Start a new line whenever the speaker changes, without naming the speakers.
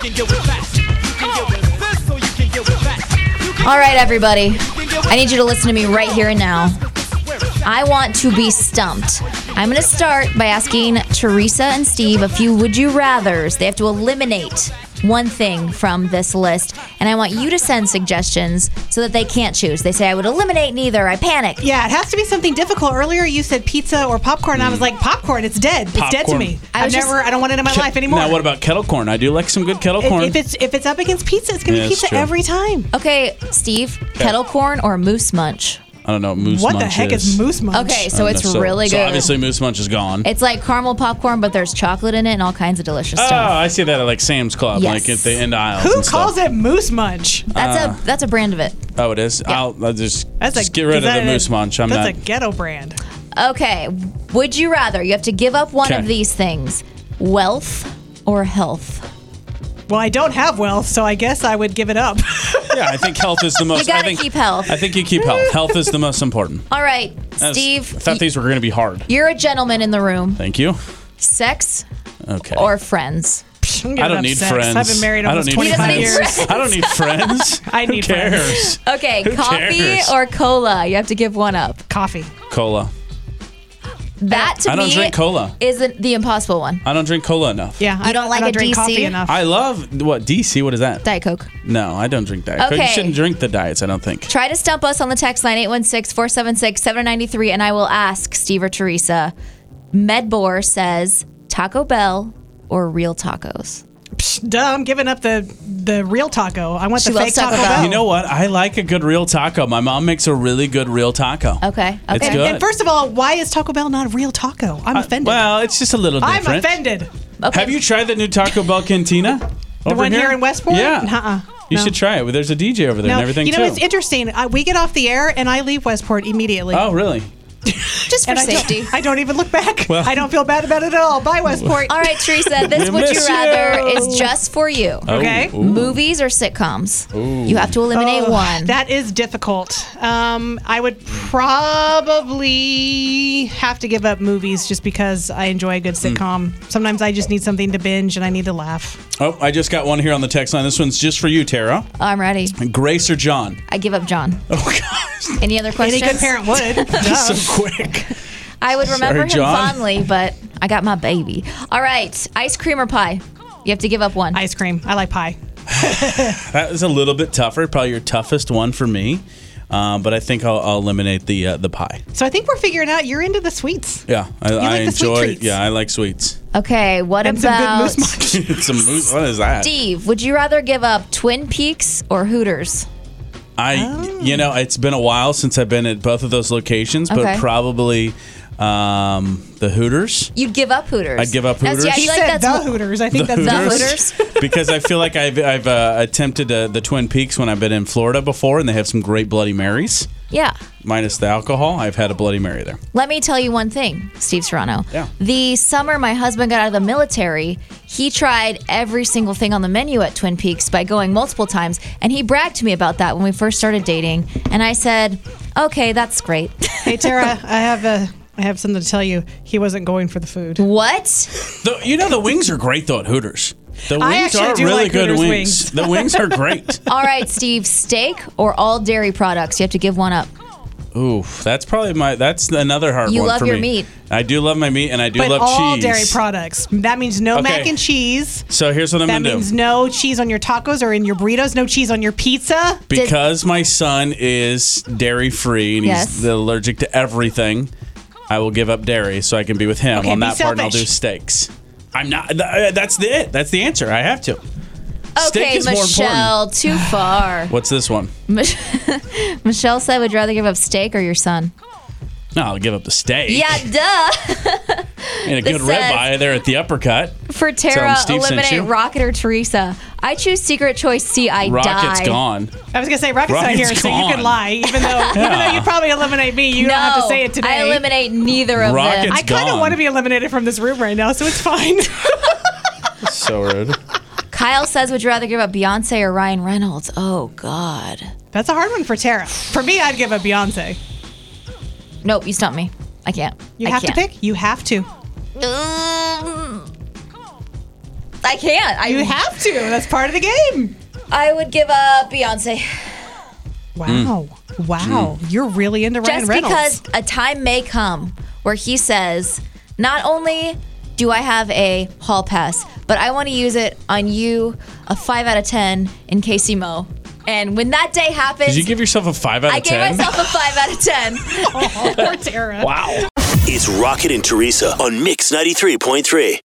can deal with that. You can deal with this, so you can deal with that. You can
All right, everybody. I need you to listen to me right here and now. I want to be stumped. I'm going to start by asking Teresa and Steve a few would you rathers. They have to eliminate one thing from this list, and I want you to send suggestions so that they can't choose. They say, I would eliminate neither. I panic.
Yeah, it has to be something difficult. Earlier, you said pizza or popcorn. and I was like, popcorn. It's dead. It's dead to
Mm. Popcorn.
me.
I
I've
was just-
never. I don't want it in my life anymore.
Now, what about kettle corn? I do like some good kettle corn.
If, if it's if it's up against pizza, it's gonna
Yeah,
be
it's
pizza
true.
every time.
Okay, Steve, kettle corn or moose munch?
I don't know moose
What
munch.
the heck is, moose munch?
Okay,
I
so
don't
it's
know, so-
really
so
good.
obviously, moose munch is gone.
It's like caramel popcorn, but there's chocolate in it and all kinds of delicious
oh,
stuff.
I see that at like Sam's Club,
Yes.
like at the end aisles.
Who
and stuff.
calls it moose munch?
That's a that's a brand of it.
Oh, it is. I'll, I'll just,
That's
just
a,
get rid
is
of the
that a-
moose munch. I'm
that's
not.
a ghetto brand.
Okay. Would you rather? You have to give up one
Okay.
of these things wealth or health?
Well, I don't have wealth, so I guess I would give it up.
yeah, I think health is the most. I
gotta
think,
keep health.
I think you keep health. Health is the most important.
All right,
That was-
Steve,
I thought
y-
these were going to be hard.
you're a gentleman in the room.
Thank you.
Sex
Okay.
or friends?
I'm giving
I don't
up
need
sex.
friends.
I've been married
I don't
almost
need
25
friends.
years.
friends.
I don't need friends.
I need
Who
friends.
cares?
Okay,
Who
coffee
cares?
or cola? You have to give one up.
Coffee.
Cola.
That to
I don't
me
drink cola.
is the, the impossible one.
I don't drink cola enough.
Yeah, I
don't like
I don't
a
drink
DC?
coffee enough.
I love what DC. What is that?
Diet Coke.
no, I don't drink diet. Coke.
Okay.
You shouldn't drink the diets. I don't think.
Try to stump us on the text line 816 476 793, and I will ask Steve or Teresa. Medbor says Taco Bell or real tacos?
Psh, duh, I'm giving up the the real taco. I want
She
the
loves
fake
Taco
taco.
Bell.
Bell.
You know what? I like a good real taco. My mom makes a really good real taco.
Okay,
It's
okay.
good.
And first of all, why is Taco Bell not a real taco? I'm
Uh,
offended.
well, it's just a little
I'm
different.
offended.
Okay.
Have you tried the new Taco Bell Cantina?
The one here in Westport?
Yeah.
Nuh-uh.
You
No.
should try it. There's a DJ over there
No,
and everything
you know
too.
it's interesting. I, we get off the air and I leave Westport immediately.
oh, really?
Just for
and I
safety.
don't, I don't even look back.
Well-
I don't feel bad about it at all. Bye, Westport.
All right, Teresa, this
We
would you
miss
rather
you.
is just for you.
Okay.
Oh, ooh.
Movies or sitcoms? You have to eliminate
Ugh,
one.
Oh, That is difficult. Um, I would probably have to give up movies just because I enjoy a good
Hmm.
sitcom. Sometimes I just need something to binge and I need to laugh.
Oh, I just got one here on the text line. This one's just for you, Tara.
I'm ready.
Grace or John?
I give up John.
Oh, gosh.
Any other
Any
questions?
good parent would. Duh.
so quick.
I would remember
Sorry,
him
John.
fondly, but I got my baby. All right, ice cream or pie? You have to give up one.
Ice cream. I like pie.
That was a little bit tougher. Probably your toughest one for me. Um, but I think I'll, I'll eliminate the uh, the pie.
So I think we're figuring out you're into the sweets.
Yeah, I,
like
I
the sweet
enjoy.
treats.
Yeah, I like sweets.
Okay, what
And some good
about
moose munch.
it's a moose. What is that?
Steve? Would you rather give up Twin Peaks or Hooters?
I, you know, it's been a while since I've been at both of those locations, but
Okay.
probably um, the Hooters.
You'd give up Hooters.
I'd give up
That's-
Hooters.
I
He
feel like
said
that's
the
what-
Hooters. I think that's
The
the Hooters.
Hooters.
because I feel like I've, I've uh, attempted uh, the Twin Peaks when I've been in Florida before, and they have some great Bloody Marys.
Yeah.
Minus the alcohol, I've had a Bloody Mary there.
Let me tell you one thing, Steve Serrano.
Yeah.
The summer my husband got out of the military, he tried every single thing on the menu at Twin Peaks by going multiple times, and he bragged to me about that when we first started dating. And I said, "Okay, that's great."
Hey Tara, I have a I have something to tell you. He wasn't going for the food.
what?
The, you know, the wings are great though at Hooters. The
I
wings
actually
are
do
really
like
good
Hooters
wings.
wings.
The wings are great.
All right, Steve, steak or all dairy products? You have to give one up.
Ooh, that's probably my. That's another hard
You
one
love
for
your
me.
meat.
I do love my meat, and I do
But
love
all
cheese.
dairy products. That means no mac
Okay.
and cheese.
so here's what I'm
That
gonna
means
do.
no cheese on your tacos or in your burritos, no cheese on your pizza.
Because my son is dairy free and
Yes.
he's allergic to everything, I will give up dairy so I can be with him
Okay,
on
be
that part, and I'll do
selfish.
steaks. I'm not. th- uh, that's the it. That's the answer. I have to. Steak
Okay,
is more important.
Michelle, too far.
What's this one?
Mich- Michelle said, "Would you rather give up steak or your son?"
No, I'll give up the steak.
Yeah, duh.
and a good
says-
ribeye there at the uppercut.
For
Tell
Tara,
'em Steve sent
eliminate
you.
Rocket or Teresa. I choose Secret Choice C. I
Rocket's
die.
gone.
I was gonna say Rocket's not
Rocket's
here, so you
gone.
can lie, even though even though you'd probably eliminate me. You
No,
don't have to say it today.
I eliminate neither of them.
Rocket's
I kind of
gone.
want to be eliminated from this room right now, so it's fine.
So rude.
Kyle says, "Would you rather give up Beyonce or Ryan Reynolds?" Oh God.
That's a hard one for Tara. For me, I'd give a Beyonce.
Nope, you stumped me. I can't.
You
I
have
can't.
to pick. You have to.
Mm. I can't. I
You have to. That's part of the game.
I would give up Beyonce
Wow. Wow. You're really into Ryan
Mm. just
Reynolds.
because a time may come where he says, "Not only do I have a hall pass, but I want to use it on you, a five out of ten in Casey Mo." And when that day happens,
Did you give yourself a five out
I
of
gave
ten?
myself a five out of ten.
Poor Tara.
wow.
It's Rocket and Teresa on Mix 93.3.